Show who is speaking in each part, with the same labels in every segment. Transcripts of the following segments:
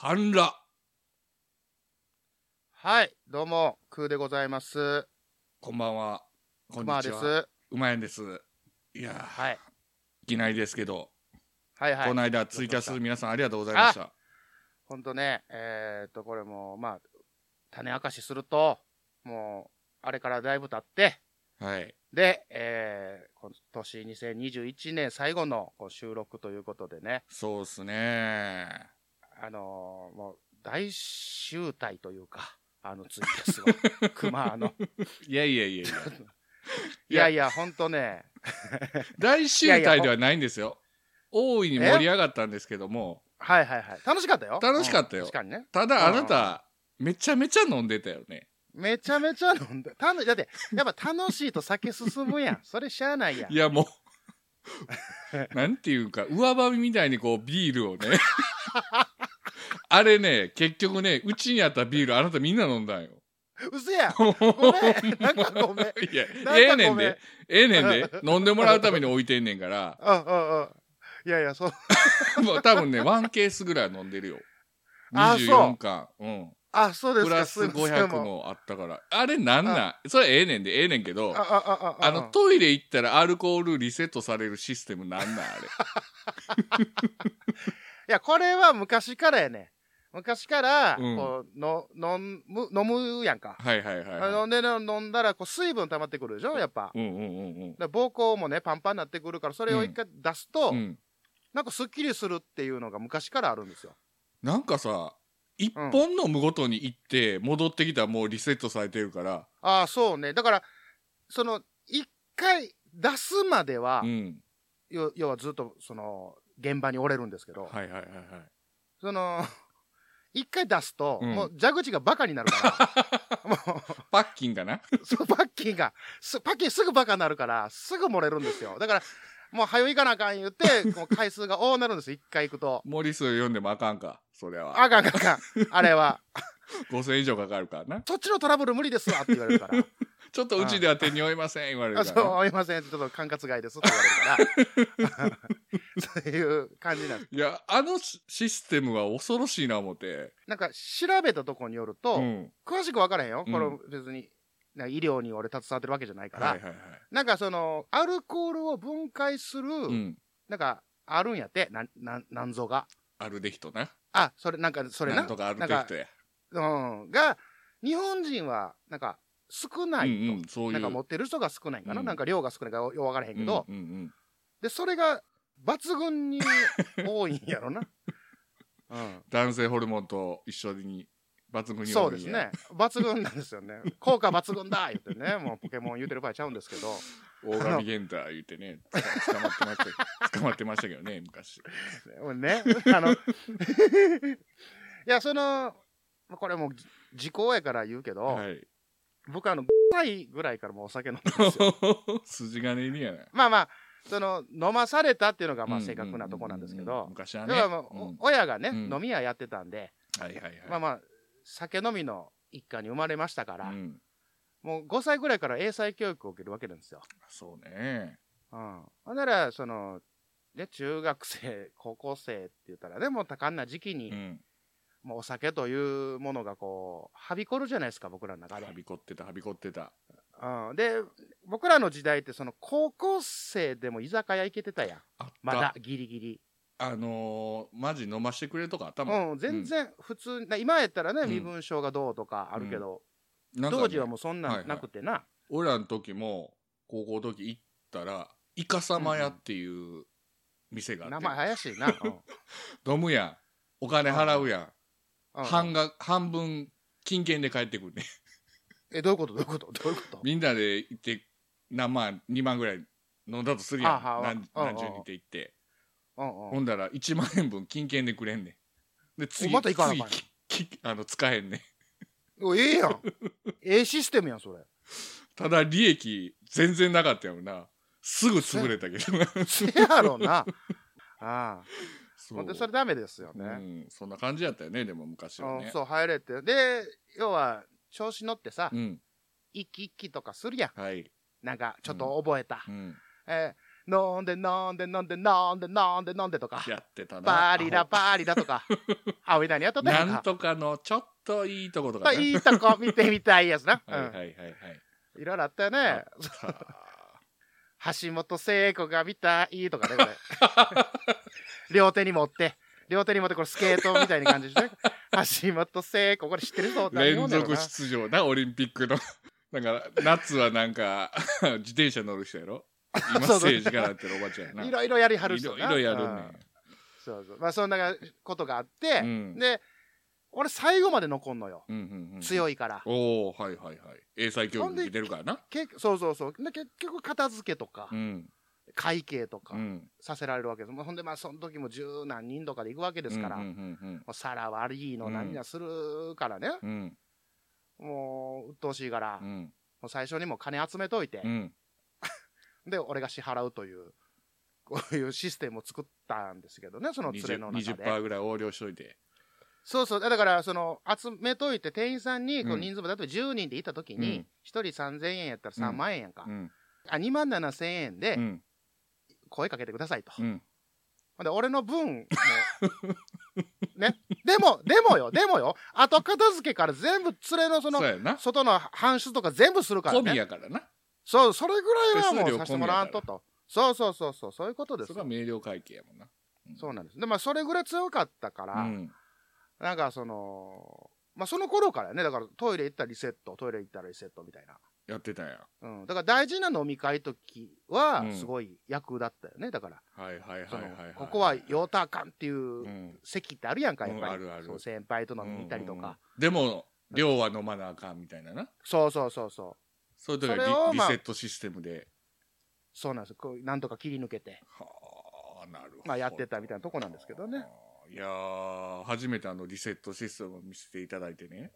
Speaker 1: 半裸。
Speaker 2: はい、どうも、空でございます。
Speaker 1: こんばんは。こん
Speaker 2: ま
Speaker 1: に
Speaker 2: あ
Speaker 1: ち
Speaker 2: で
Speaker 1: は。
Speaker 2: す。
Speaker 1: うまやんです。いやー、
Speaker 2: はい、
Speaker 1: いきなりですけど、
Speaker 2: はい、はい。
Speaker 1: この間ツイキャス皆さんありがとうございました。
Speaker 2: ほんとね、えーっと、これも、まあ、種明かしすると、もう、あれからだいぶ経って、
Speaker 1: はい。
Speaker 2: で、えー、今年2021年最後のこう収録ということでね、
Speaker 1: そうっすね
Speaker 2: あのーもう、大集大というか、あのツイキャス は、熊あの。
Speaker 1: いやいやい やいや。
Speaker 2: いやいや、ほんとね、
Speaker 1: 大集大ではないんですよ。大いに盛り上がったんですけども、
Speaker 2: はいはいはい。楽しかったよ。
Speaker 1: 楽しかったよ
Speaker 2: うん確かにね。
Speaker 1: ただあなた、めちゃめちゃ飲んでたよね。
Speaker 2: めちゃめちゃ飲んだ。楽しだって、やっぱ楽しいと酒進むや ん。それしゃあないやん。
Speaker 1: いやもう、 なんていうか、上場みたいにこうビールを ね。あれね、結局ね、うちにあったビール、あなたみんな飲んだんよ。
Speaker 2: うそやん。
Speaker 1: ご
Speaker 2: ごめん。なんかごめん。
Speaker 1: いや、
Speaker 2: なんか
Speaker 1: ええね
Speaker 2: ごめん
Speaker 1: んで、ええねんで、飲んでもらうために置いてんねん から、
Speaker 2: うんうんうん。いやいや、そう。
Speaker 1: もう多分ね、ワンケースぐらい飲んでるよ。
Speaker 2: あ
Speaker 1: 24缶。うん。
Speaker 2: あ、そうです
Speaker 1: プ
Speaker 2: か。
Speaker 1: ラス
Speaker 2: すいません
Speaker 1: 500。
Speaker 2: もう
Speaker 1: のあったから。あれなんなんそれええねんで、ええねんけど
Speaker 2: あ、あああ
Speaker 1: あの、トイレ行ったらアルコールリセットされるシステムなんなんあれ。
Speaker 2: いや、これは昔からやね。昔から、
Speaker 1: うん
Speaker 2: こう、の、飲む、飲むやんか。
Speaker 1: はいはいはい
Speaker 2: あ
Speaker 1: は
Speaker 2: ので、飲んだら、こう、水分溜まってくるでしょ、やっぱ。
Speaker 1: い。うんうんうん
Speaker 2: だから膀胱もね、パンパンになってくるから、それを一回出すと、
Speaker 1: うん。うん。
Speaker 2: なんかスッキリするっていうのが昔からあるんですよ。
Speaker 1: なんかさ、一本飲むごとに行って、戻ってきたらもうリセットされてるから、
Speaker 2: ああ、そうね。だから、その、一回出すまでは、
Speaker 1: うん。
Speaker 2: よ要はずっと、その、現場におれるんですけど、
Speaker 1: はいはいはいはい。
Speaker 2: その、 一回出すと、
Speaker 1: うん
Speaker 2: もう蛇口がバカになるから、も
Speaker 1: パッキンかな
Speaker 2: う、そのパッキンが、すパッキンすぐバカになるから、すぐ漏れるんですよ。だから、もう、早いかなあかん言って、も う回数が多なるんですよ、一回行くと。
Speaker 1: モリス読んでもあかんか、それは。
Speaker 2: あかんあかんあかん、あれは。
Speaker 1: 5000以上かかるからな。
Speaker 2: そっちのトラブル無理ですわって言われ るから。
Speaker 1: ちょっとうちでは手に負いません、言われ
Speaker 2: あ
Speaker 1: るか
Speaker 2: そ
Speaker 1: らな。
Speaker 2: う、合いません。ちょっと管轄外ですって 言われるから。 そういう感じなんです。
Speaker 1: いや、あのシシステムは恐ろしいな思って。
Speaker 2: なんか調べたとこによると、
Speaker 1: うん。
Speaker 2: 詳しく分からへんよ。
Speaker 1: うん
Speaker 2: この別に、なんか医療に俺携わってるわけじゃないから、
Speaker 1: はいはいはい。
Speaker 2: なんかその、アルコールを分解する、
Speaker 1: うん。
Speaker 2: なんかあるんやって、なん、なん、なんぞが。
Speaker 1: あるで人な。
Speaker 2: あ、それ、なんかそれな。
Speaker 1: なんとかあるで
Speaker 2: なん
Speaker 1: 人や。
Speaker 2: うん。が、日本人は、なんか少ないと。
Speaker 1: うんうん、そういう。
Speaker 2: なんか持ってる人が少ないんかな、
Speaker 1: うん
Speaker 2: なんか量が少ないからよう分からへんけど、
Speaker 1: うんうんうん
Speaker 2: で、それが抜群に多いんやろ な。うん。
Speaker 1: 男性ホルモンと一緒に抜群に
Speaker 2: そうですね。抜群なんです よね。効果抜群だ言ってね、もうポケモン言うてる場合ちゃうんですけど。
Speaker 1: 大神玄太言ってね捕まってま した捕まってましたけどね昔
Speaker 2: 俺ね、 あの、い や、その、これもう時効やから言うけど、
Speaker 1: はい
Speaker 2: 僕あの、5歳ぐらいからもうお酒飲んでるん ですよ。
Speaker 1: 筋金入りやな
Speaker 2: まあまあ、その、飲まされたっていうのがまあ
Speaker 1: うん
Speaker 2: 正確なとこなんですけ
Speaker 1: うんうんうん
Speaker 2: ど、
Speaker 1: 昔は
Speaker 2: だ
Speaker 1: ね
Speaker 2: からもう、
Speaker 1: うん
Speaker 2: お親がね、
Speaker 1: うん
Speaker 2: 飲み屋やってたんで、
Speaker 1: はいはいはい
Speaker 2: まあまあ、酒飲みの一家に生まれましたから、
Speaker 1: うん
Speaker 2: もう5歳ぐらいから英才教育を受けるわけなんですよ。
Speaker 1: そうね
Speaker 2: うん。ほんなら、その、ね、中学生、高校生って言ったら、でも多感な時期に、
Speaker 1: うん
Speaker 2: もうお酒というものがこう、はびこるじゃないですか、僕らの中
Speaker 1: は
Speaker 2: で。
Speaker 1: びこってたはびこってた
Speaker 2: うん。で、僕らの時代って、その、高校生でも居酒屋行けてたやん。
Speaker 1: あった
Speaker 2: まだ、ギリギリ。
Speaker 1: あのー、マジ飲ましてくれとか頭
Speaker 2: うん、全然、普通、な今やったらね、
Speaker 1: うん
Speaker 2: 身分証がどうとかあるけど、
Speaker 1: なんかね
Speaker 2: 当時はもうそ
Speaker 1: は
Speaker 2: ん
Speaker 1: い
Speaker 2: な
Speaker 1: はい
Speaker 2: んなくてな。
Speaker 1: 俺らの時も高校の時行ったらイカ様屋っていう店があ
Speaker 2: 名
Speaker 1: って、
Speaker 2: 前怪しいな。うん
Speaker 1: 飲むやんお金払うやん、
Speaker 2: うん
Speaker 1: 半が半分金券で帰ってくるね
Speaker 2: え、どういうことどういうことどういうこと
Speaker 1: みんなで行って何万2万ぐらい飲んだとするやん
Speaker 2: あは
Speaker 1: 何
Speaker 2: うん
Speaker 1: 何十人って行って
Speaker 2: うんうん
Speaker 1: ほんだら1万円分金券でくれんねんで次
Speaker 2: また行かな
Speaker 1: 次
Speaker 2: あかんやん
Speaker 1: ききあの使えんねん
Speaker 2: おええ やん。ええシステムやん、それ。
Speaker 1: ただ利益全然なかったよなすぐ潰れたけどな
Speaker 2: せ やろな。ああ。
Speaker 1: そ
Speaker 2: ほんで、それダメですよ
Speaker 1: う
Speaker 2: ね。
Speaker 1: ん、そんな感じやったよねでも昔は
Speaker 2: う
Speaker 1: ね
Speaker 2: んそう、入れて。で、要は、調子乗ってさ、
Speaker 1: うん
Speaker 2: 一気一気とかするやん。
Speaker 1: はい、
Speaker 2: なんか、ちょっと覚えた。
Speaker 1: うん、
Speaker 2: え飲んで飲んで飲んで飲んで飲んで飲んでとか。
Speaker 1: やってたな
Speaker 2: バーリラ
Speaker 1: アホ
Speaker 2: バーリラと か。あ、おいなにやっとったやん
Speaker 1: なん
Speaker 2: か。
Speaker 1: とかのちょっといいとことか
Speaker 2: まあ
Speaker 1: ね
Speaker 2: いいとこ見てみたいやつな。
Speaker 1: はいはいは
Speaker 2: う
Speaker 1: いはい
Speaker 2: ん。いろいろあったよね。
Speaker 1: さあ
Speaker 2: 橋本聖子が見たいとかね、これ。 両手に持って、両手に持って、これスケートみたいな感じでしょ。橋本聖子、これ知ってるぞ。 何
Speaker 1: 連
Speaker 2: 者だろう
Speaker 1: 続
Speaker 2: な
Speaker 1: 出場なオリンピックの だから夏はなんか 自転車乗る人や ろ今
Speaker 2: そうそう
Speaker 1: 政治家なってるおばちゃんやないい
Speaker 2: ろいろやり
Speaker 1: ろ
Speaker 2: はる
Speaker 1: い
Speaker 2: 人
Speaker 1: ろ
Speaker 2: な
Speaker 1: やる
Speaker 2: う
Speaker 1: ね
Speaker 2: んそうそう。まあ、そんなことがあって、
Speaker 1: うん
Speaker 2: で、俺最後まで残んのよ。
Speaker 1: うんうんうん
Speaker 2: 強いから。
Speaker 1: おおはいはいはい英才教育受けてるからな
Speaker 2: けそうそうそう。で、結局、片付けとか
Speaker 1: う、ん
Speaker 2: 会計とか
Speaker 1: う、ん
Speaker 2: させられるわけです。まあほんで、まあ、その時も十何人とかで行くわけですから、
Speaker 1: うんう
Speaker 2: も
Speaker 1: んうん
Speaker 2: う皿悪いの何々するからね、
Speaker 1: うんうん
Speaker 2: もう、鬱陶しいから、
Speaker 1: う
Speaker 2: も
Speaker 1: ん
Speaker 2: う最初にもう金集めといて
Speaker 1: う、ん
Speaker 2: で、俺が支払うという、こういうシステムを作ったんですけどね、その連れの中で。
Speaker 1: 20%ぐらい横領しといて
Speaker 2: そうそう、だから、その、集めといて、店員さんに、こ
Speaker 1: う
Speaker 2: うん人数も、例えば10人でいたとき
Speaker 1: うん
Speaker 2: に、1人3000円やったら3万円やんか。
Speaker 1: うん
Speaker 2: あ、2万7000円
Speaker 1: う
Speaker 2: で
Speaker 1: ん
Speaker 2: 声かけてくださいと。ほ
Speaker 1: うんん
Speaker 2: で、俺の分も、 ね。でも、でもよ、でもよ、後片付けから全部連れのそ
Speaker 1: そう
Speaker 2: の、
Speaker 1: やな
Speaker 2: 外の搬出とか全部するから
Speaker 1: 込み
Speaker 2: ね。
Speaker 1: やからな
Speaker 2: そう、それぐらいは
Speaker 1: 手数
Speaker 2: も
Speaker 1: 料
Speaker 2: うさせてもらわんとと。そうそうそうそう、そういうことです
Speaker 1: そ
Speaker 2: よ
Speaker 1: れは明瞭会計やもんな
Speaker 2: そうなんです。で、まあ、それぐらい強かったから、
Speaker 1: うん
Speaker 2: なんかその、まあ、その頃からね、だからトイレ行ったらリセット、トイレ行ったらリセットみたいな。
Speaker 1: やってたんや
Speaker 2: うん、だから大事な飲み会時
Speaker 1: う
Speaker 2: は
Speaker 1: ん
Speaker 2: すごい役だったよね、だから、
Speaker 1: はいはい
Speaker 2: そ
Speaker 1: は
Speaker 2: の
Speaker 1: いはいい
Speaker 2: ここはヨータカンっていううん席ってあるやんか、
Speaker 1: うん
Speaker 2: やっぱり、
Speaker 1: あるある
Speaker 2: そう先輩と飲みに行ったりとか、
Speaker 1: うんうんうんでも量は飲まなあかんみたいなな
Speaker 2: そうそうそうそう、
Speaker 1: そういう時はリ,、
Speaker 2: それを
Speaker 1: リ
Speaker 2: まあ
Speaker 1: セットシステムで
Speaker 2: そうなんですこうなんとか切り抜けて、
Speaker 1: はあなるほど、
Speaker 2: まあ、やってたみたいなとこなんですけどね。
Speaker 1: あーいやー初めてあのリセットシステムを見せていただいて ね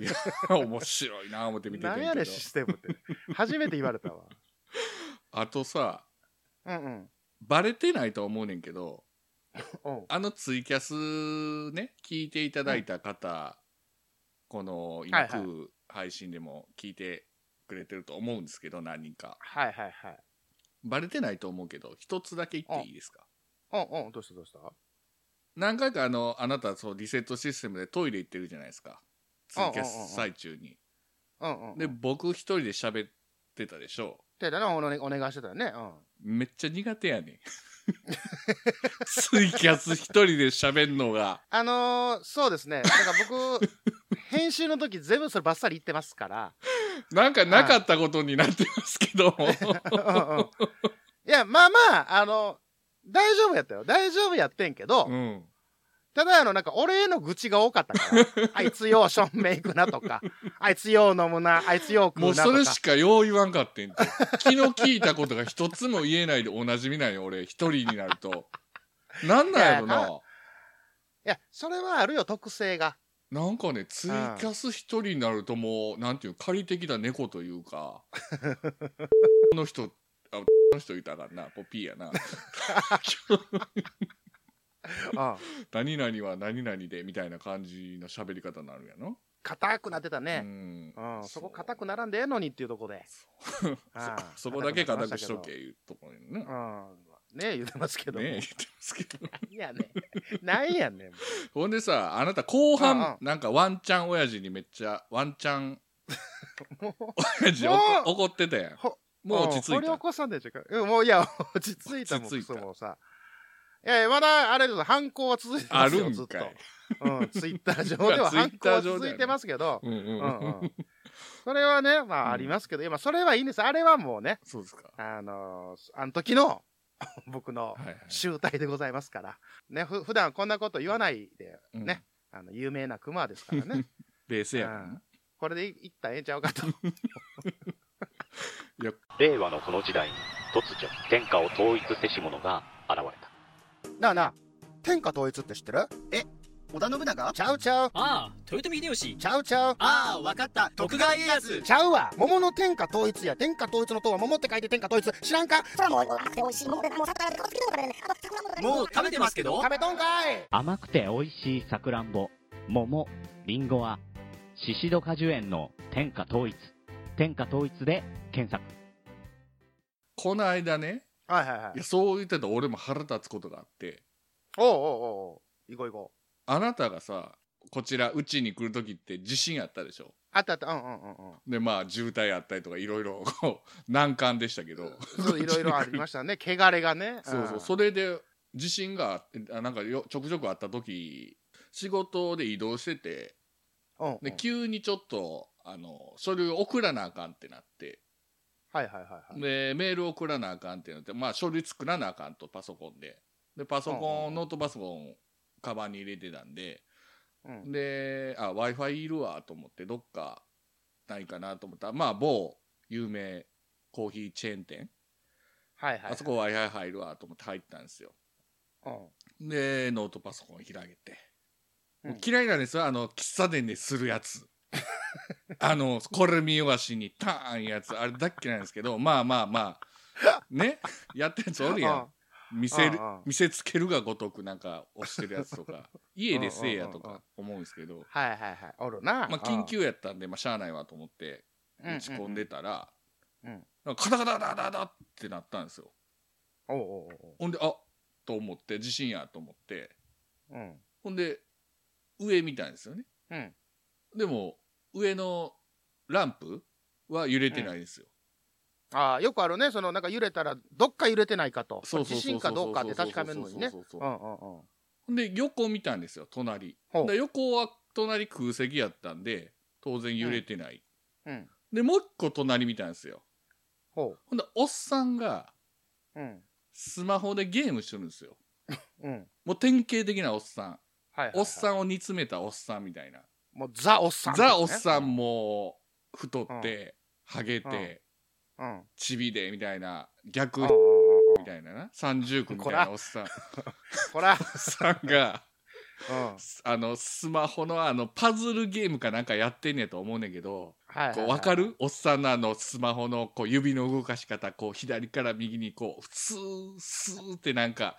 Speaker 1: いや面白いな思って見ててん
Speaker 2: 何や
Speaker 1: け
Speaker 2: ねん
Speaker 1: ど
Speaker 2: システムって、初めて言われたわ。
Speaker 1: あとさ
Speaker 2: うんうん
Speaker 1: バレてないとは思うねんけど
Speaker 2: おう
Speaker 1: あのツイキャスね聞いていただいた方、この今、
Speaker 2: はいはい
Speaker 1: 空配信でも聞いてくれてると思うんですけど何人か
Speaker 2: はいはいはい。
Speaker 1: バレてないと思うけど一つだけ言っていいですか
Speaker 2: うんうん、どうしたどうした
Speaker 1: 何回かあのあなたそうリセットシステムでトイレ行ってるじゃないですかツイキャス最中に
Speaker 2: うんうん。
Speaker 1: で
Speaker 2: で、
Speaker 1: 僕一人で喋ってたでしょ
Speaker 2: てだな、おねお願いしてたよね。うん。
Speaker 1: めっちゃ苦手や ねんツイキャス一人で喋んのが
Speaker 2: あのー、そうですね。だから 僕、編集の時全部そればっさり言ってますから。
Speaker 1: なんかなかったことになってますけども
Speaker 2: うんうんいや、まあまあ、あの、大丈夫やったよ。大丈夫やってんけど、
Speaker 1: うん
Speaker 2: ただあの、なんか俺への愚痴が多かったから、 あいつようしょんべい行くなとか、あいつよう飲むな、あいつよう食
Speaker 1: も
Speaker 2: う
Speaker 1: う
Speaker 2: な
Speaker 1: そ
Speaker 2: と
Speaker 1: れ
Speaker 2: か
Speaker 1: し。かよう言わんかってんて昨日聞いたことが一つも言えないでおなじみなんよ俺一人になるとなんなんやろ
Speaker 2: いや
Speaker 1: ない
Speaker 2: や、それはあるよ、特性が。
Speaker 1: なんかねツイキャス一人になるともうなんていう仮的な猫というか あの人あの人いたからなポピーやな
Speaker 2: うん。
Speaker 1: 何々は何々でみたいな感じの喋り方になるんやの、
Speaker 2: 硬くなってたね。
Speaker 1: うん
Speaker 2: うん。そこ硬く
Speaker 1: な
Speaker 2: ならんでええのにっていうとこで。ああ
Speaker 1: そそこだけ硬
Speaker 2: な
Speaker 1: く
Speaker 2: りま
Speaker 1: し
Speaker 2: け
Speaker 1: と
Speaker 2: ど
Speaker 1: けいうところね
Speaker 2: う、ん。ねえ言ってますけども。
Speaker 1: ね言ってますけど
Speaker 2: いやね。ないやねん。
Speaker 1: ほんでさあなた後半、
Speaker 2: うん
Speaker 1: なんかワンチャン親父にめっちゃワンチャ ン
Speaker 2: もう、
Speaker 1: 親父
Speaker 2: もう
Speaker 1: 怒怒ってたやん
Speaker 2: ほ
Speaker 1: もう落ち着い
Speaker 2: 掘り
Speaker 1: た
Speaker 2: 起こさんでちょか。うんもういや、落ち着いたもん、
Speaker 1: 落ち着いた
Speaker 2: クソもさ。いやいや、まだ、あれです、犯行は続いて
Speaker 1: あ
Speaker 2: ます
Speaker 1: る
Speaker 2: よ、
Speaker 1: ん
Speaker 2: ずっと
Speaker 1: か。い
Speaker 2: うん、ツイッター上 では
Speaker 1: ツイ
Speaker 2: 犯
Speaker 1: ッタ
Speaker 2: 行
Speaker 1: ー
Speaker 2: は
Speaker 1: 上ではね
Speaker 2: 続いてますけど、
Speaker 1: うんう
Speaker 2: うん
Speaker 1: ん、
Speaker 2: うん。それはね、ま
Speaker 1: うん
Speaker 2: あありますけど、いやまあそれはいいんです。あれはもうね、
Speaker 1: そうですか
Speaker 2: あのーあの時の僕の
Speaker 1: はいはい
Speaker 2: 集大でございますから、ね、ふ普段こんなこと言わないで、
Speaker 1: うん
Speaker 2: ねあの、有名なクマですからね。
Speaker 1: 冷静や
Speaker 2: う
Speaker 1: なん
Speaker 2: これでいいったらええんちゃうかと。
Speaker 3: 令和のこの時代に突如天下を統一せし者が現れた
Speaker 2: なあなあ、天下統一って知ってる
Speaker 4: 織田信長
Speaker 2: ちゃうちゃう、
Speaker 5: ああ豊臣秀吉
Speaker 2: ちゃうちゃう。
Speaker 4: ああわかった徳川家康
Speaker 2: ちゃうわ桃の天下統一や天下統一の塔は桃って書いて天下統一知らんか
Speaker 6: それはもう甘くて美味しいものでもう魚とかつけても食べれないあと桜も食べれない
Speaker 4: もう食べてますけど
Speaker 2: 食べとんかい
Speaker 7: 甘くて美味しいさくらんぼ、桃、りんごは、シシド果樹園の天下統一。天下統一で検索。
Speaker 1: この間ね
Speaker 2: はいはいはい
Speaker 1: いやそう言ってた俺も腹立つことがあって
Speaker 2: おうおうおうおう行こう行こう
Speaker 1: あなたがさこちらうちに来る時って地震あったでしょ
Speaker 2: あったあったうんうんうんうん
Speaker 1: でまあ渋滞あったりとかいろいろこう難関でしたけど
Speaker 2: そういろいろあり ましたね汚れがね
Speaker 1: そうそう、それで地震があってあなんかよちょくちょくあった時仕事で移動してて
Speaker 2: うんうんうん
Speaker 1: で急にちょっとあの書類を送らなあかんってなって
Speaker 2: はいはいはいはい
Speaker 1: でメール送らなあかんってなって、まあ、書類作らなあかんとパソコンででパソ
Speaker 2: うんうん
Speaker 1: コ
Speaker 2: う
Speaker 1: ン
Speaker 2: ん
Speaker 1: ノートパソコンカバンに入れてたんで
Speaker 2: うん
Speaker 1: で w i f i いるわと思ってどっかないかなと思ったらまあ某有名コーヒーチェーン店、
Speaker 2: はいはい
Speaker 1: あそこ w i f i 入るわと思って入ったんですよ
Speaker 2: うん
Speaker 1: でノートパソコン開けて、
Speaker 2: うん
Speaker 1: もう嫌いなんですよあの喫茶店でするやつ あのこれ見よがしにターンやつあれだっけなんですけどまあまあまあねやってるやつおるやん見せる
Speaker 2: うんうん
Speaker 1: 見せつけるがごとくなんか押してるやつと か家でせえやと
Speaker 2: うんうんうん
Speaker 1: か思うんですけど、
Speaker 2: はいはいはいおるな
Speaker 1: まあ、緊急やったんで、まあ、しゃあないわと思って打ち込んでたら、
Speaker 2: うんうん
Speaker 1: なんかカタカタカタカタってなったんですよ
Speaker 2: おうおうおう
Speaker 1: ほんであと思って地震やと思って
Speaker 2: おううん
Speaker 1: ほんで上見たんですよね
Speaker 2: うん
Speaker 1: でも上のランプは揺れてないんですよ、
Speaker 2: ああよくあるねそのなんか揺れたらどっか揺れてないかと
Speaker 1: そうそう
Speaker 2: 地
Speaker 1: そうそう
Speaker 2: 震かどうかって確かめるのにね
Speaker 1: そうそうそう
Speaker 2: う
Speaker 1: そうん
Speaker 2: うんうん
Speaker 1: ほんで横見たんですよ隣
Speaker 2: ほ
Speaker 1: で横は隣空席やったんで当然揺れてない、
Speaker 2: ううん
Speaker 1: でもう一個隣見たんですよ
Speaker 2: ほ
Speaker 1: ほんでおっさんが
Speaker 2: ううん
Speaker 1: スマホでゲームしてるんですよ
Speaker 2: うん
Speaker 1: もう典型的なおっさん
Speaker 2: はいはいはい
Speaker 1: おっさんを煮詰めたおっさんみたいな、
Speaker 2: もうザおっさん
Speaker 1: ザおっさんも太って、ハゲて、
Speaker 2: うんうん
Speaker 1: チビでみたいな逆
Speaker 2: うんうん
Speaker 1: み
Speaker 2: うんうん
Speaker 1: たいなな三重苦みたいなおっさん
Speaker 2: こら
Speaker 1: おっさんが
Speaker 2: うんはい
Speaker 1: あのスマホのあのパズルゲームかなんかやってんねやと思うねんけど
Speaker 2: はいはい
Speaker 1: こう分かるおっさんのあのスマホのこう指の動かし方こう左から右にこうスースーってなんか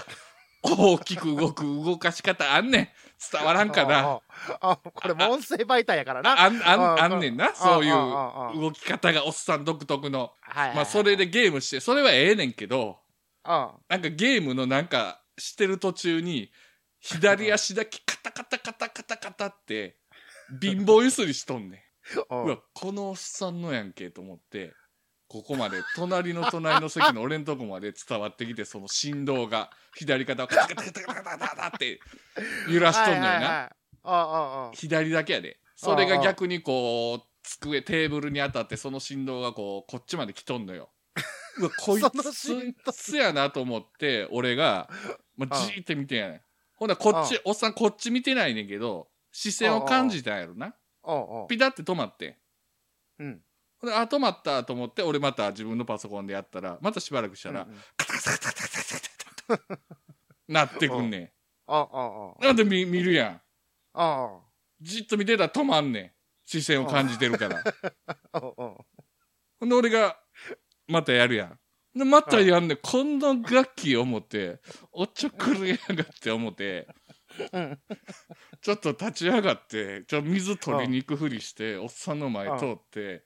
Speaker 1: 大きく動く動かし方あんねん伝わらんか
Speaker 2: おう
Speaker 1: な
Speaker 2: おうあこれも音声媒体やからな
Speaker 1: あんあん
Speaker 2: あ
Speaker 1: あんねんなそうい
Speaker 2: あ
Speaker 1: う
Speaker 2: あああ
Speaker 1: 動き方がおっさん独特の
Speaker 2: はいはいはい
Speaker 1: まあそれでゲームしてそれはええねんけど
Speaker 2: うん
Speaker 1: なんかゲームのなんかしてる途中に左足だけカタカタカタカタカタって貧乏ゆすりしとんねん。
Speaker 2: お
Speaker 1: う
Speaker 2: う
Speaker 1: わこのおっさんのやんけと思ってここまで隣の隣の席の俺んとこまで伝わってきてその振動が左肩をカタカタカタカタカタカタって揺らしとんのよ
Speaker 2: はいはい
Speaker 1: な
Speaker 2: はいあああ
Speaker 1: 左だけやでそれが逆にこう机テーブルに当たってその振動がこうこっちまで来とんのよう わこい
Speaker 2: その
Speaker 1: つそ
Speaker 2: 振
Speaker 1: いつやなと思って俺が、まあ、
Speaker 2: うん
Speaker 1: じーって見てんやねんほんならこっちおっさんこっち見てないねんけど視線を感じたんやろな
Speaker 2: あおうおう
Speaker 1: ピタって止まってん
Speaker 2: うん
Speaker 1: であ止まったと思って俺また自分のパソコンでやったらまたしばらくしたら、
Speaker 2: うんうん
Speaker 1: カタカタカタカタカタカタカタなってくんね
Speaker 2: あああ
Speaker 1: んなんで見見るやん
Speaker 2: ああ
Speaker 1: じっと見てたら止まんねん視線を感じてる から
Speaker 2: あおうおう
Speaker 1: ほんで俺がまたやるやんでまたやんねんこんな楽器思っておっちょくるやがって思って
Speaker 2: うん
Speaker 1: ちょっと立ち上がってちょ水取りに行くふりしておっさんの前通って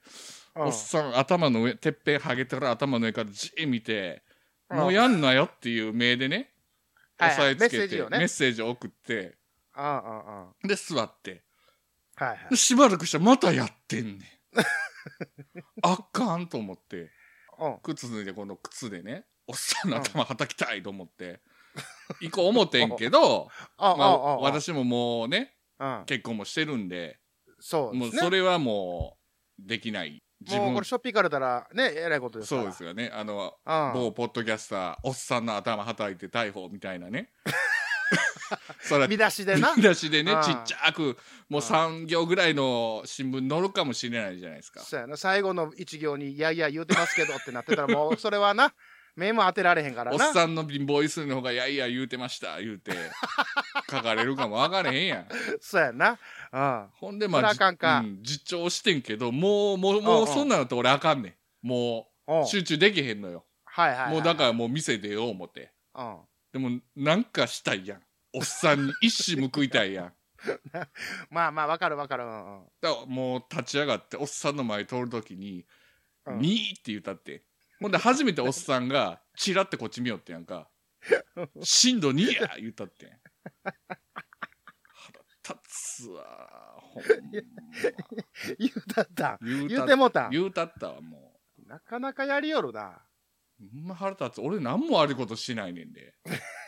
Speaker 2: うん
Speaker 1: おっさん頭の上てっぺんはげてる頭の上からじー見て
Speaker 2: うん
Speaker 1: もうやんなよっていう目でね
Speaker 2: はい
Speaker 1: 押さ
Speaker 2: はい
Speaker 1: えつけ
Speaker 2: メッセージ
Speaker 1: て
Speaker 2: をね
Speaker 1: メッセージを送って
Speaker 2: ああああ
Speaker 1: で座って
Speaker 2: ああはいはい
Speaker 1: でしばらくしたらまたやってんねん あかんと思って
Speaker 2: うん
Speaker 1: 靴脱いでこの靴でねおっさんの頭はたきたいと思って行こう思てんけど
Speaker 2: ああ
Speaker 1: ま
Speaker 2: あ
Speaker 1: あ
Speaker 2: あああ
Speaker 1: 私ももうね
Speaker 2: うん
Speaker 1: 結婚もしてるんで
Speaker 2: そう
Speaker 1: も
Speaker 2: で
Speaker 1: う
Speaker 2: すね
Speaker 1: それはもうできない自
Speaker 2: もうこ
Speaker 1: 分
Speaker 2: れショッピングからたらねえらいことですから
Speaker 1: そうですよねあの
Speaker 2: うん
Speaker 1: 某ポッドキャスターおっさんの頭はたいて逮捕みたいな ねそれ
Speaker 2: 見出しで な
Speaker 1: 見出しでね
Speaker 2: うん
Speaker 1: ちっちゃくもう3行ぐらいの新聞載るかもしれないじゃないですか
Speaker 2: そうやな最後の一行に「いやいや言うてますけど」ってなってたらもうそれ はな目も当てられへんから
Speaker 1: おっ
Speaker 2: な
Speaker 1: さんの貧乏ゆすりの方が「いやいや言うてました」言う て書かれるかも分かれへんやん
Speaker 2: そうやなうん
Speaker 1: ほんでま
Speaker 2: そら
Speaker 1: あ
Speaker 2: あかんか
Speaker 1: じうん実調してんけどもうもうも
Speaker 2: うんう
Speaker 1: うんそんなのと俺あかんねんも
Speaker 2: おう
Speaker 1: う集中できへんのよ
Speaker 2: はいはいはい
Speaker 1: もうだからもう店出よう思って
Speaker 2: うん
Speaker 1: でもなんかしたいやんおっさんに一矢報いたいやん
Speaker 2: まあまあわかるわかるうんうん
Speaker 1: だからもう立ち上がっておっさんの前通るときに「
Speaker 2: うん
Speaker 1: にー」って言ったってほんで初めておっさんがチラってこっち見よってやん か震度2や言ったってん腹立つわほんま
Speaker 2: 言うたったん
Speaker 1: 言
Speaker 2: 言
Speaker 1: う
Speaker 2: うて
Speaker 1: た
Speaker 2: もうたん
Speaker 1: 言うたったわも
Speaker 2: なかなかやりよるな
Speaker 1: うほんま腹立つ俺何も悪いことしないねんで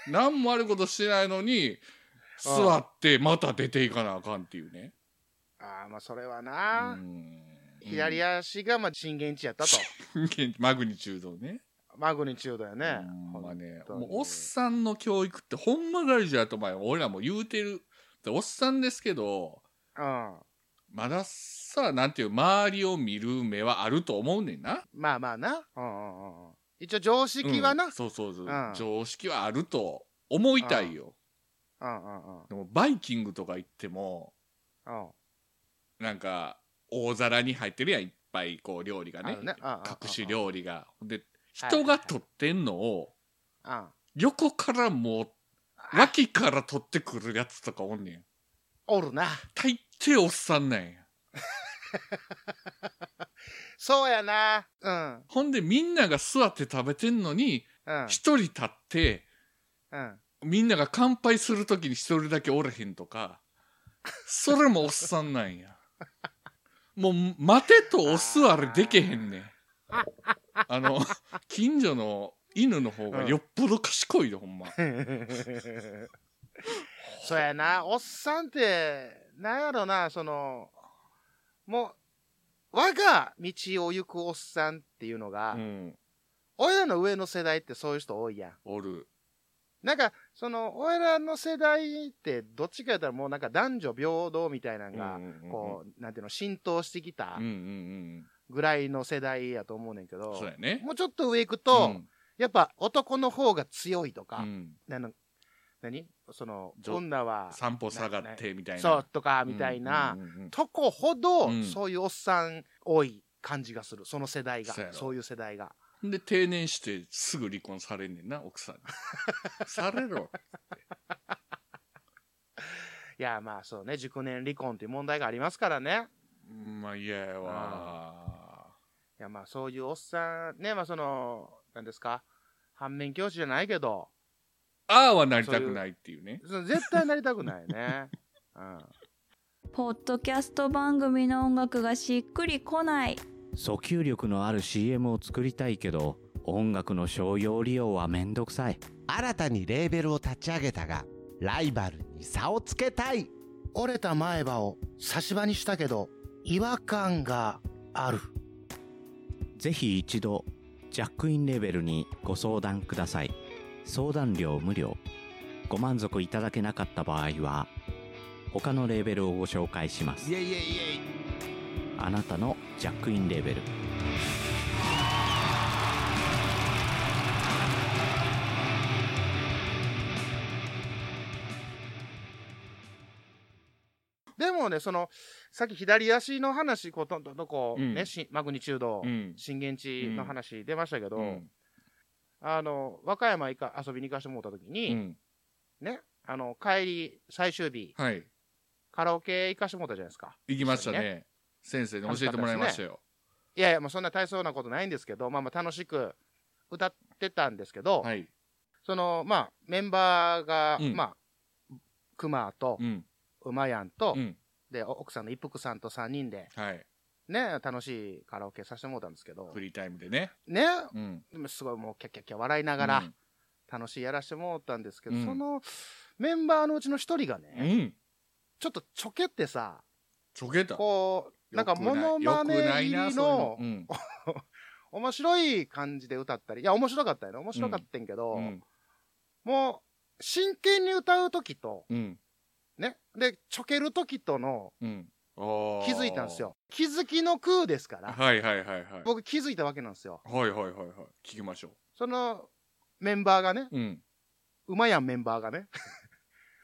Speaker 1: 何も悪いことしてないのに座ってまた出ていかなあかんっていうね
Speaker 2: あーまあそれはな、
Speaker 1: うん
Speaker 2: 左足がまあ震源地やったと
Speaker 1: マグニチュードね
Speaker 2: マグニチュードやね
Speaker 1: ほんまね
Speaker 2: 本当に
Speaker 1: もうおっさんの教育ってほんま大事やと思うよ俺らも言うてるでおっさんですけど
Speaker 2: うん
Speaker 1: まださなんていう周りを見る目はあると思うねんな
Speaker 2: まあまあな、うんうんうんうん、一応常識はな、
Speaker 1: うんそうそうそう、
Speaker 2: うん
Speaker 1: 常識はあると思いたいよ、
Speaker 2: うんうんうん
Speaker 1: でもバイキングとか行っても
Speaker 2: うん
Speaker 1: なんか大皿に入ってるやんいっぱいこう料理が
Speaker 2: あ
Speaker 1: ね
Speaker 2: るねうんうんうんうん
Speaker 1: 隠し料理がで
Speaker 2: はいはいはい
Speaker 1: 人が取ってんのを
Speaker 2: うん
Speaker 1: 横からもう脇から取ってくるやつとかおんねん
Speaker 2: おるな
Speaker 1: 大抵おっさんなんや
Speaker 2: そうやなうん
Speaker 1: ほんでみんなが座って食べてんのに
Speaker 2: うん
Speaker 1: 一、人立って
Speaker 2: うん
Speaker 1: みんなが乾杯するときに一人だけおれへんとかそれもおっさんなん やもう待てとお座りでけへんねんあの近所の犬の方がよっぽど賢いでほ んま
Speaker 2: そうやなおっさんってなんやろなそのもう我が道を行くおっさんっていうのが、
Speaker 1: うん
Speaker 2: 俺らの上の世代ってそういう人多いやん
Speaker 1: おる
Speaker 2: なんかその俺らの世代ってどっちかやったらもうなんか男女平等みたいなのが、こうなんていうの浸透してきた
Speaker 1: うんうんうん
Speaker 2: ぐらいの世代やと思うねんけど、
Speaker 1: そうやね
Speaker 2: もうちょっと上行くと、
Speaker 1: うん
Speaker 2: やっぱ男の方が強いと
Speaker 1: う
Speaker 2: か、
Speaker 1: ん
Speaker 2: あの何その
Speaker 1: じょ
Speaker 2: 女は
Speaker 1: 散歩下がってみたいな
Speaker 2: そうとかみたいな、
Speaker 1: うんうんうんうん
Speaker 2: とこほど、
Speaker 1: うん
Speaker 2: そういうおっさん多い感じがするその世代が
Speaker 1: そうやろ
Speaker 2: そういう世代が
Speaker 1: で定年してすぐ離婚されんねんな奥さんに されろ
Speaker 2: いやまあそうね熟年離婚っていう問題がありますからね
Speaker 1: まあ嫌やわ
Speaker 2: いやまあそういうおっさんねまあその何ですか反面教師じゃないけど
Speaker 1: ああはなりたくないっていうね
Speaker 2: その絶対なりたくない ね、うん、
Speaker 5: ポッドキャスト番組の音楽がしっくりこない
Speaker 7: 訴求力のある CM を作りたいけど音楽の商用利用はめんどくさい
Speaker 8: 新たにレーベルを立ち上げたがライバルに差をつけたい
Speaker 2: 折れた前歯を差し歯にしたけど違和感がある
Speaker 7: ぜひ一度ジャックインレベルにご相談ください相談料無料ご満足いただけなかった場合は他のレーベルをご紹介します
Speaker 8: イエイイエイイエイ
Speaker 7: あなたのジャックインレベル
Speaker 2: でもねそのさっき左足の話こうどんどんどんこう、
Speaker 1: うん
Speaker 2: ねしマグニチュード、
Speaker 1: うん、
Speaker 2: 震源地の話出ましたけど、
Speaker 1: うん
Speaker 2: あの和歌山行か遊びに行かしてもらった時
Speaker 1: う
Speaker 2: に、
Speaker 1: ん、
Speaker 2: ねあの帰り最終日
Speaker 1: はい
Speaker 2: カラオケ行かしてもらったじゃないですか
Speaker 1: 行きましたね先生に教えてもらいましたよ
Speaker 2: いやいやもうそんな大層なことないんですけどまあまあ楽しく歌ってたんですけど、
Speaker 1: はい
Speaker 2: そのまあメンバーが、
Speaker 1: うん
Speaker 2: まあクマと
Speaker 1: うん
Speaker 2: 馬やんと、
Speaker 1: うん
Speaker 2: で奥さんの一服さんと3人で
Speaker 1: はい
Speaker 2: ね楽しいカラオケさせてもらったんですけど
Speaker 1: フリータイムでね
Speaker 2: ね
Speaker 1: うん
Speaker 2: でもすごいもうキャッキャッキャ笑いながら楽しいやらしてもらったんですけど、
Speaker 1: うん
Speaker 2: そのメンバーのうちの一人がね、
Speaker 1: うん、うん、
Speaker 2: ちょっとちょけってさ
Speaker 1: ちょけた
Speaker 2: こうなんかモノマネ入りの
Speaker 1: 良くない良くないな
Speaker 2: 面白い感じで歌ったりいや面白かったよね面白かったんけど、
Speaker 1: そういうの
Speaker 2: もう真剣に歌う時と
Speaker 1: うんうん
Speaker 2: ねでちょける時との
Speaker 1: うん
Speaker 2: 気づいたんですよ気づきの空ですか
Speaker 1: あー
Speaker 2: ら
Speaker 1: はいはいはいはい
Speaker 2: 僕気づいたわけなんですよ
Speaker 1: はいはいはいはい聞きましょ
Speaker 2: そのメンバーがね
Speaker 1: ううん
Speaker 2: 馬やんメンバーがね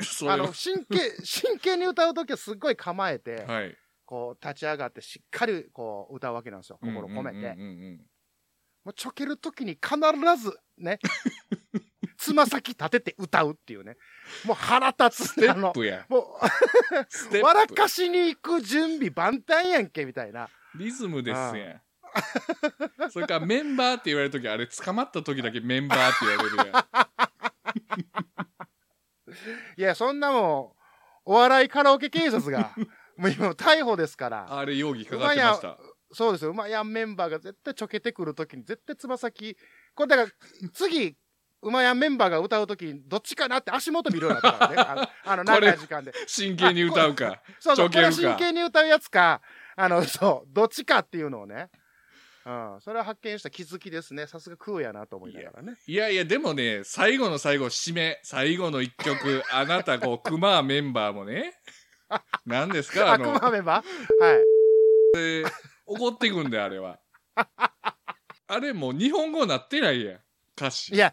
Speaker 1: それは
Speaker 2: あの真剣 真剣に歌う時はすっごい構えて、
Speaker 1: はい
Speaker 2: こう立ち上がってしっかりこう歌うわけなんですよ心を込めて、
Speaker 1: うんうんうんうん
Speaker 2: もうちょける時に必ず ねつま先立てて歌うっていうねもう腹立つ
Speaker 1: ステ
Speaker 2: あ
Speaker 1: ッ
Speaker 2: の
Speaker 1: プや
Speaker 2: も
Speaker 1: ス
Speaker 2: う
Speaker 1: テップ
Speaker 2: 笑かしに行く準備万端やんけみたいな
Speaker 1: リズムですやんそれからメンバーって言われる時あれ捕まった時だけメンバーって言われるやん
Speaker 2: いや、そんなもん、お笑いカラオケ警 察が、もう今、逮捕ですから。
Speaker 1: あれ容疑かかってました
Speaker 2: そうですよ。まあ、やんメンバーが絶対ちょけてくるときに、絶対つば先、これだから、次、うまやんメンバーが歌うときに、どっちかなって足元見るようになったからね。あの、あの
Speaker 1: これ
Speaker 2: 長い時間で。
Speaker 1: 真剣に歌うか
Speaker 2: そうそう、
Speaker 1: ちょ
Speaker 2: こ
Speaker 1: け
Speaker 2: れ
Speaker 1: る
Speaker 2: は
Speaker 1: か
Speaker 2: 真剣に歌うやつか、あの、 そう、どっちかっていうのをね。うん、それは発見した気づきですね。さすがクーやなと思いながらね。
Speaker 1: いやいやでもね最後の最後締め最後の一 曲あなたこうクマメンバーもね何ですかあ
Speaker 2: あ、ク
Speaker 1: の
Speaker 2: マメンバーはい。
Speaker 1: 怒っていくんだよあれはあれもう日本語なってないやん歌詞
Speaker 2: いや、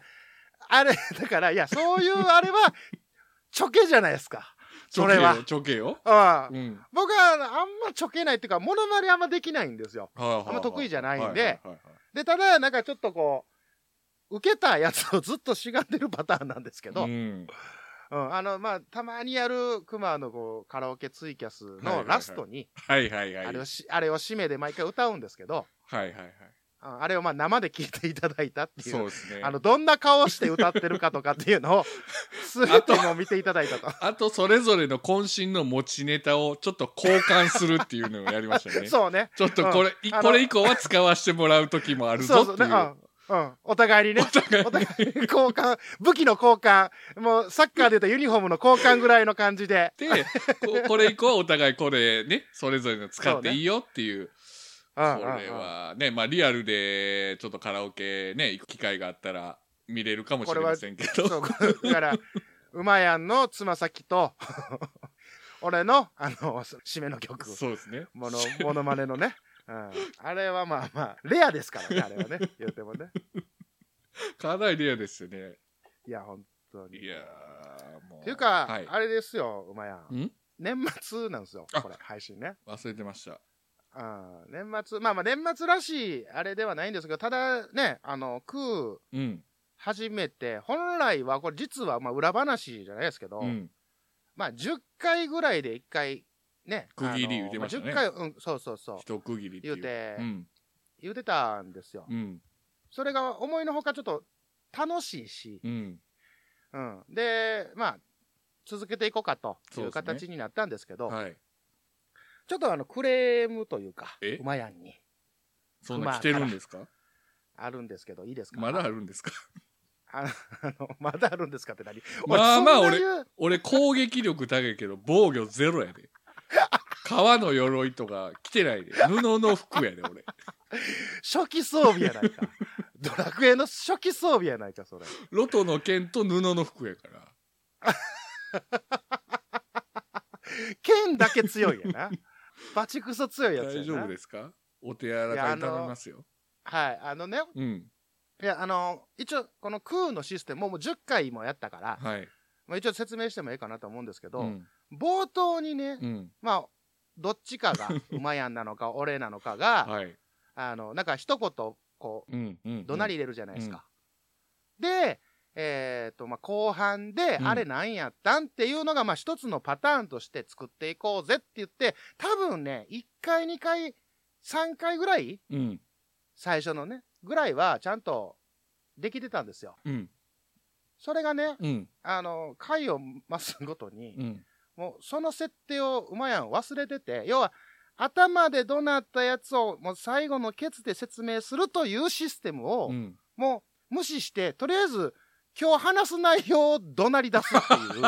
Speaker 2: あれ、だから、いや、そういうあれは、 ちょけじゃないですか。
Speaker 1: ちょ
Speaker 2: そ
Speaker 1: けよ
Speaker 2: れは
Speaker 1: ちょけよ
Speaker 2: ああ
Speaker 1: うん
Speaker 2: 僕はあのあんまちょけないっていうか、モノマネあんまできないんですよ。
Speaker 1: あ
Speaker 2: あんま得意じゃないんで
Speaker 1: はい
Speaker 2: で、ただ、なんかちょっとこう、受けたやつをずっとしがんでるパターンなんですけど、
Speaker 1: う
Speaker 2: うん、
Speaker 1: ん
Speaker 2: あの、まあ、たまにやるクマのこう、カラオケツイキャス
Speaker 1: はいはいは
Speaker 2: の
Speaker 1: い
Speaker 2: ラストに、
Speaker 1: はいはいはい
Speaker 2: あれ
Speaker 1: は
Speaker 2: を
Speaker 1: い
Speaker 2: し、あれを締めで毎回歌うんですけど、
Speaker 1: はいはい
Speaker 2: ああれをまあ生で聞いていただいたってい
Speaker 1: そう
Speaker 2: う。
Speaker 1: ですね
Speaker 2: あの、どんな顔して歌ってるかとかってい うのを、すべてもう見ていただいたと。
Speaker 1: あとそれぞれの渾身の持ちネタをちょっと交換するっていうのをやりましたね
Speaker 2: そうね。
Speaker 1: ちょっとこれ、い
Speaker 2: あの
Speaker 1: これ以降は使わせてもらう時もあるぞっていう。
Speaker 2: ねうんうん、お互いに ね、
Speaker 1: お互いに
Speaker 2: お互いに交換、武器の交換、もうサッカーで言うとユニフォームの交換ぐらいの感じで、
Speaker 1: でこ、これ以降はお互いこれね、それぞれの使っていいよっていう。
Speaker 2: う
Speaker 1: こ
Speaker 2: んうんうん
Speaker 1: れはね、まあリアルでちょっとカラオケね、行く機会があったら見れるかもしれませんけ
Speaker 2: そ
Speaker 1: ど。
Speaker 2: うこれだから、馬やんのつま先と、俺の、あの、締めの曲、
Speaker 1: そうですね。
Speaker 2: も の、ものまねのね、うん、あれはまあまあ、レアですからね、あれ はね、言うてもね。
Speaker 1: かなりレアですよね。
Speaker 2: いや、本当に。
Speaker 1: いやーもう。
Speaker 2: っていうか、
Speaker 1: はい、
Speaker 2: あれですよ、馬やん。
Speaker 1: ん
Speaker 2: 年末なんですよ、これ、配信ね。
Speaker 1: 忘れてました。
Speaker 2: あー年末、まあまあ年末らしいあれではないんですけど、ただね、あの、クー
Speaker 1: うん。
Speaker 2: 始めて、本来はこれ実はまあ裏話じゃないですけど、
Speaker 1: うん。
Speaker 2: まあ10回ぐらいで1回ね、
Speaker 1: 区切り
Speaker 2: あの
Speaker 1: 言うてましたね
Speaker 2: あ10回、うん、そうそうそう、
Speaker 1: 一区切りってい
Speaker 2: 言
Speaker 1: う。
Speaker 2: うて、
Speaker 1: うん。
Speaker 2: 言うてたんですよ。
Speaker 1: うん。
Speaker 2: それが思いのほかちょっと楽しいし、
Speaker 1: うん。
Speaker 2: うん。で、まあ、続けていこうかとい
Speaker 1: そう
Speaker 2: う
Speaker 1: ですね
Speaker 2: 形になったんですけど、
Speaker 1: はい。
Speaker 2: ちょっとあのクレームというか
Speaker 1: え、
Speaker 2: 馬やんに
Speaker 1: そんな来てるんですか
Speaker 2: あるんですけど、いいですか
Speaker 1: まだあるんですか
Speaker 2: あの、 あのまだあるんですかって何
Speaker 1: まあまあ
Speaker 2: そんな言う
Speaker 1: 俺攻撃力高いけど防御ゼロやで革の鎧とか着てないで布の服やで俺
Speaker 2: 初期装備やな いか。ドラクエの初期装備やないか、それ。
Speaker 1: ロトの剣と布の服やから
Speaker 2: 剣だけ強いや な。バチクソ強いやつやな。
Speaker 1: 大丈夫ですかお手柔らかに頼みますよ
Speaker 2: はい。あのね、
Speaker 1: うん
Speaker 2: いや、あの、一応、この空のシステム、もうもう10回もやったから、
Speaker 1: はい
Speaker 2: まあ、一応説明してもいいかなと思うんですけど、
Speaker 1: うん
Speaker 2: 冒頭にね、
Speaker 1: うん
Speaker 2: まあ、どっちか が、馬やんなのか、俺なのかが、
Speaker 1: はい
Speaker 2: あの、なんか一言、こう、
Speaker 1: うんうん
Speaker 2: 怒鳴り入れるじゃないですか。で、えーとまあ、後半で、
Speaker 1: うん
Speaker 2: あれなんやったんっていうのが、まあ、一つのパターンとして作っていこうぜって言って、多分ね、1回、2回、3回ぐらい、
Speaker 1: うん
Speaker 2: 最初のね、ぐらいはちゃんとできてたんですよ。
Speaker 1: うん
Speaker 2: それがね、
Speaker 1: うん
Speaker 2: あの、回を増すごとに、
Speaker 1: うん
Speaker 2: もうその設定をうまやん忘れてて、要は、頭で怒鳴ったやつをもう最後のケツで説明するというシステムを、
Speaker 1: うん
Speaker 2: もう無視して、とりあえず、今日話す内容を怒鳴り出すっ ていう。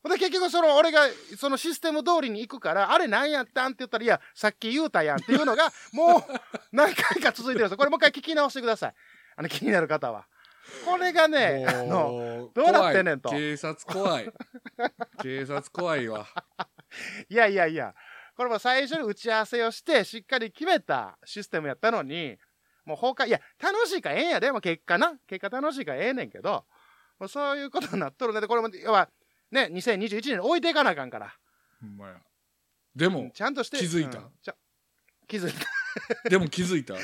Speaker 2: ほんで結局その俺がそのシステム通りに行くから、あれなんやったんって言ったら、いや、さっき言うたやんっていう のが、もう何回か続いてるんですよ。これもう一回聞き直してください。あの、気になる方は。これがね、あの、
Speaker 1: も
Speaker 2: どうなってんねんと
Speaker 1: 怖い警察怖 い警察怖いわ
Speaker 2: いやいやいや、これも最初に打ち合わせをして、しっかり決めたシステムやったのに、もう崩壊、いや、楽しいからええんやで、もう結果な、結果楽しいからええねんけど、もうそういうことになっとるね。で、これも、要は、ね、2021年に置いていかなあかんから、
Speaker 1: ほんまやで も
Speaker 2: ちゃんとして。
Speaker 1: 気づいた
Speaker 2: うんちゃ気づいた、
Speaker 1: でも気づいた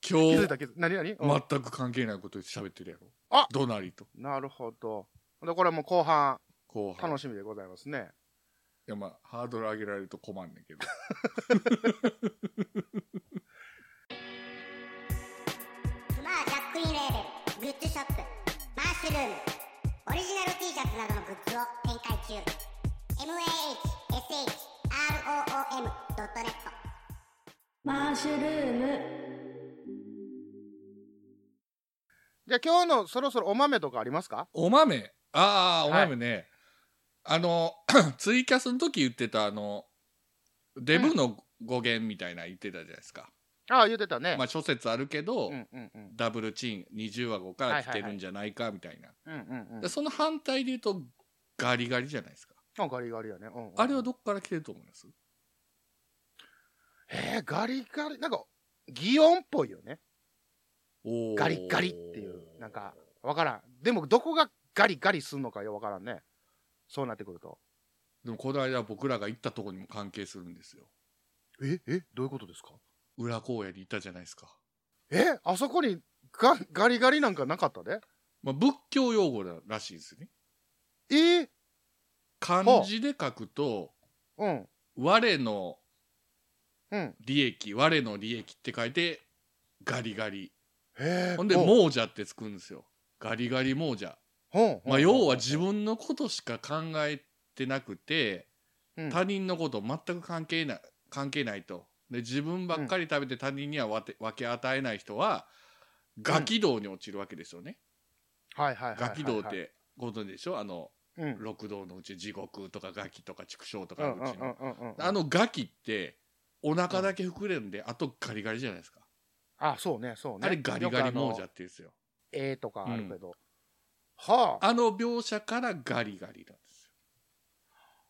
Speaker 2: 気
Speaker 1: 今
Speaker 2: づい
Speaker 1: 日
Speaker 2: た、気づいた。何何、うん
Speaker 1: 全く関係ないこと喋ってるやろ
Speaker 2: あ
Speaker 1: 怒鳴りと
Speaker 2: なるほど。で、これもう後半、
Speaker 1: 後半
Speaker 2: 楽しみでございますね。
Speaker 1: いやまあハードル上げられると困んねんけど
Speaker 6: スルームオリジナル T シャツなどのグッズを展開中 mahshroom.net
Speaker 5: マッシュルーム
Speaker 2: じゃあ今日のそろそろお豆とかありますか
Speaker 1: お豆ああお豆ね、あの ツイキャスの時言ってたあのデブの語源みたいな言ってたじゃないですか、
Speaker 2: ああ、言ってたね。
Speaker 1: まあ諸説あるけど、
Speaker 2: うんうんうん。
Speaker 1: ダブルチン20話5から来てるんじゃないかみたいな、
Speaker 2: うんうんうん。
Speaker 1: でその反対で言うとガリガリじゃないですか
Speaker 2: あガリガリやね。うんうんうん
Speaker 1: あれはどっから来てると思います
Speaker 2: えー、ガリガリ。なんか、擬音っぽいよね。
Speaker 1: おー
Speaker 2: ガリガリっていう。なんか、わからん。でも、どこがガリガリすんのかよ、わからんね。そうなってくると。
Speaker 1: でもこの間僕らが行ったとこにも関係するんですよ
Speaker 2: え、え、どういうことですか
Speaker 1: 裏荒野に行ったじゃないですか、
Speaker 2: え、あそこにガガリガリなんかなかったで
Speaker 1: まあ、仏教用語らしいですね
Speaker 2: えー、
Speaker 1: 漢字で書くと
Speaker 2: うん。
Speaker 1: 「我の
Speaker 2: うん。
Speaker 1: 利益我の利益」って書いてガリガリ
Speaker 2: へえ。
Speaker 1: ほんで「
Speaker 2: う、
Speaker 1: 亡者」ってつくんですよガリガリ亡者
Speaker 2: うん
Speaker 1: まあ要は自分のことしか考えてなくて、
Speaker 2: うん
Speaker 1: 他人のこと全く関係ない関係ないとで自分ばっかり食べて他人には分け分け与えない人はガキ道に落ちるわけですよね、
Speaker 2: はいはいはいはい、はい。
Speaker 1: ガキ道っ。てご存知でしょあの
Speaker 2: うん。
Speaker 1: 六道のうち地獄とかガキとか畜生と
Speaker 2: う
Speaker 1: か
Speaker 2: ん
Speaker 1: のうん
Speaker 2: ううん
Speaker 1: ちの、
Speaker 2: うんうん。
Speaker 1: あ、のガキってお腹だけ膨れるんで、あとガリガリじゃないですか、
Speaker 2: あ、そうね、そうね。
Speaker 1: あれガリガリ亡者って言
Speaker 2: よくあの
Speaker 1: うんですよ
Speaker 2: 絵とかあるけど。はあ。
Speaker 1: あの描写からガリガリなんです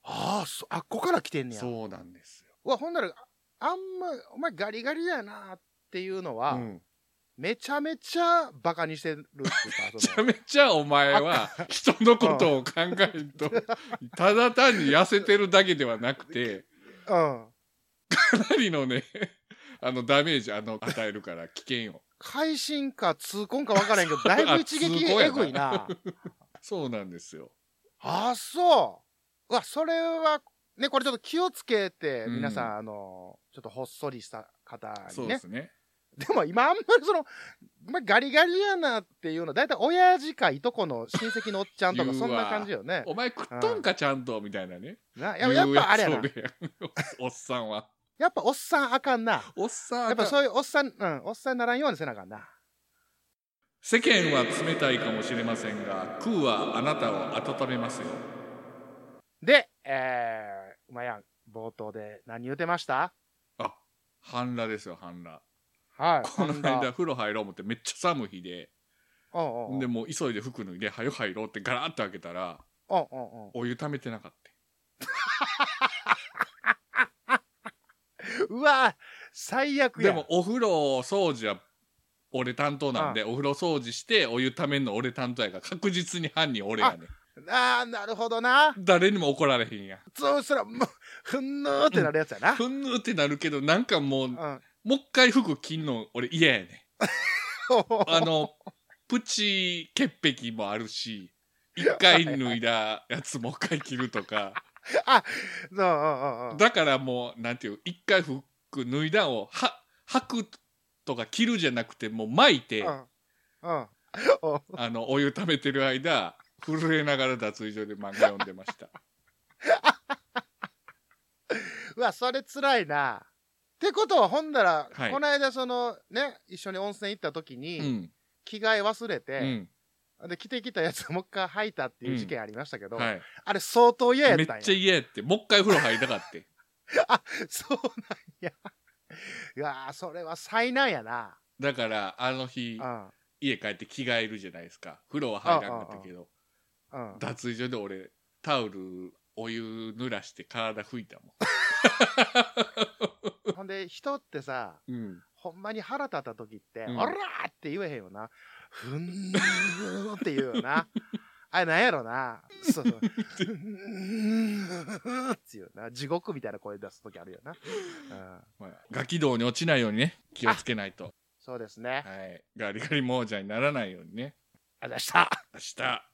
Speaker 2: ああ、そあっこから来てんね
Speaker 1: よ
Speaker 2: や。
Speaker 1: そうなんですよ、
Speaker 2: うわほんならあんまお前ガリガリやなっていうのは、
Speaker 1: うん
Speaker 2: めちゃめちゃバカにしてるっていうか
Speaker 1: めち
Speaker 2: そ
Speaker 1: ゃ
Speaker 2: の
Speaker 1: めちゃお前は人のことを考えるとただ単に痩せてるだけではなくて
Speaker 2: うん、
Speaker 1: かなりのねあのダメージあの与えるから危険よ
Speaker 2: 会心か痛恨か分からへんけどだいぶ一
Speaker 1: あ
Speaker 2: 撃
Speaker 1: 痛恨やな
Speaker 2: えぐいな
Speaker 1: そうなんですよ
Speaker 2: ああそううわそれはねこれちょっと気をつけて
Speaker 1: うん
Speaker 2: 皆さん、あのちょっとほっそりした方
Speaker 1: そ
Speaker 2: に
Speaker 1: うで
Speaker 2: ね
Speaker 1: すね
Speaker 2: でも今あんまりその、まあ、ガリガリやなっていうのだいたい親父かいとこの親戚のおっちゃんとか
Speaker 1: 言う
Speaker 2: そ
Speaker 1: わ
Speaker 2: んな感じよね
Speaker 1: お前食っとんかちゃんとみたいなね
Speaker 2: なややっぱあれやな
Speaker 1: 言うやつおるやんおっ さんは
Speaker 2: やっぱおっさんあかんな
Speaker 1: おっさん
Speaker 2: や
Speaker 1: あ
Speaker 2: っ
Speaker 1: か
Speaker 2: ぱ
Speaker 1: ん
Speaker 2: そういうおっさん、うん、おっさんにならんようにせなあかんな。
Speaker 1: 世間は冷たいかもしれませんが空はあなたを温めますよ
Speaker 2: で、えー、うまやん、冒頭で何言うてました
Speaker 1: あ半裸ですよ半裸
Speaker 2: はい。
Speaker 1: この
Speaker 2: ほんだ
Speaker 1: 間風呂入ろう思ってめっちゃ寒い日で
Speaker 2: うんうんうん。
Speaker 1: でもう急いで服脱いで「はよ入ろう」ってガラッと開けたら
Speaker 2: うんうんうん。
Speaker 1: お湯溜めてなかった
Speaker 2: うわ最悪や。
Speaker 1: でも、お風呂掃除は俺担当なんでお風呂掃除してお湯溜めんの俺担当やから確実に犯人俺やね
Speaker 2: あー、なるほどな。
Speaker 1: 誰にも怒られへんや
Speaker 2: そうしたら、もう、ふんぬーってなるやつやな。
Speaker 1: ふんぬーってなるけどなんかもうも
Speaker 2: うん。
Speaker 1: う一回服着んの俺嫌やねあ のプチ潔癖もあるし一回脱いだやつもう一回着るとか
Speaker 2: そう、うんうんうん。
Speaker 1: だからもうなんていう一回服脱いだをは履くとか着るじゃなくてもう巻いて、
Speaker 2: うん。うん。
Speaker 1: あのお湯溜めてる間震えながら脱衣所で漫画読んでました
Speaker 2: うわ、それ辛いな。ってことは、ほんだら、
Speaker 1: はい
Speaker 2: この間、その、ね、一緒に温泉行った時に、
Speaker 1: うん、
Speaker 2: 着替え忘れ
Speaker 1: う
Speaker 2: て、
Speaker 1: ん
Speaker 2: で、着てきたやつをもう一回履いたっていう事件ありましたけど、
Speaker 1: はい、
Speaker 2: あれ相当嫌やったん
Speaker 1: めっ
Speaker 2: や。
Speaker 1: ちゃ嫌やってもう一回風呂入りたかって
Speaker 2: そうなんや。 いやー、それは災難やな。
Speaker 1: だからあの日
Speaker 2: う
Speaker 1: 家帰って着替えるじゃないですか風呂は入らなかったけど
Speaker 2: ん。うん。
Speaker 1: 脱衣所で俺タオルお湯濡らして体拭いたも
Speaker 2: ほんで、人ってさ、
Speaker 1: ん、うん、
Speaker 2: ほんまに腹立った時って、
Speaker 1: うん
Speaker 2: あらーって言えへんよな。ふんーって言うよな。 あれなんやろな。そうそう。ふんーっていうな。地獄みたいな声出す時あるよな。うん。
Speaker 1: まあ、ガキ道に落ちないようにね気をつけないと
Speaker 2: そうですね。
Speaker 1: はいガリガリ亡者にならないようにね
Speaker 2: ありがとうございました。
Speaker 1: 明日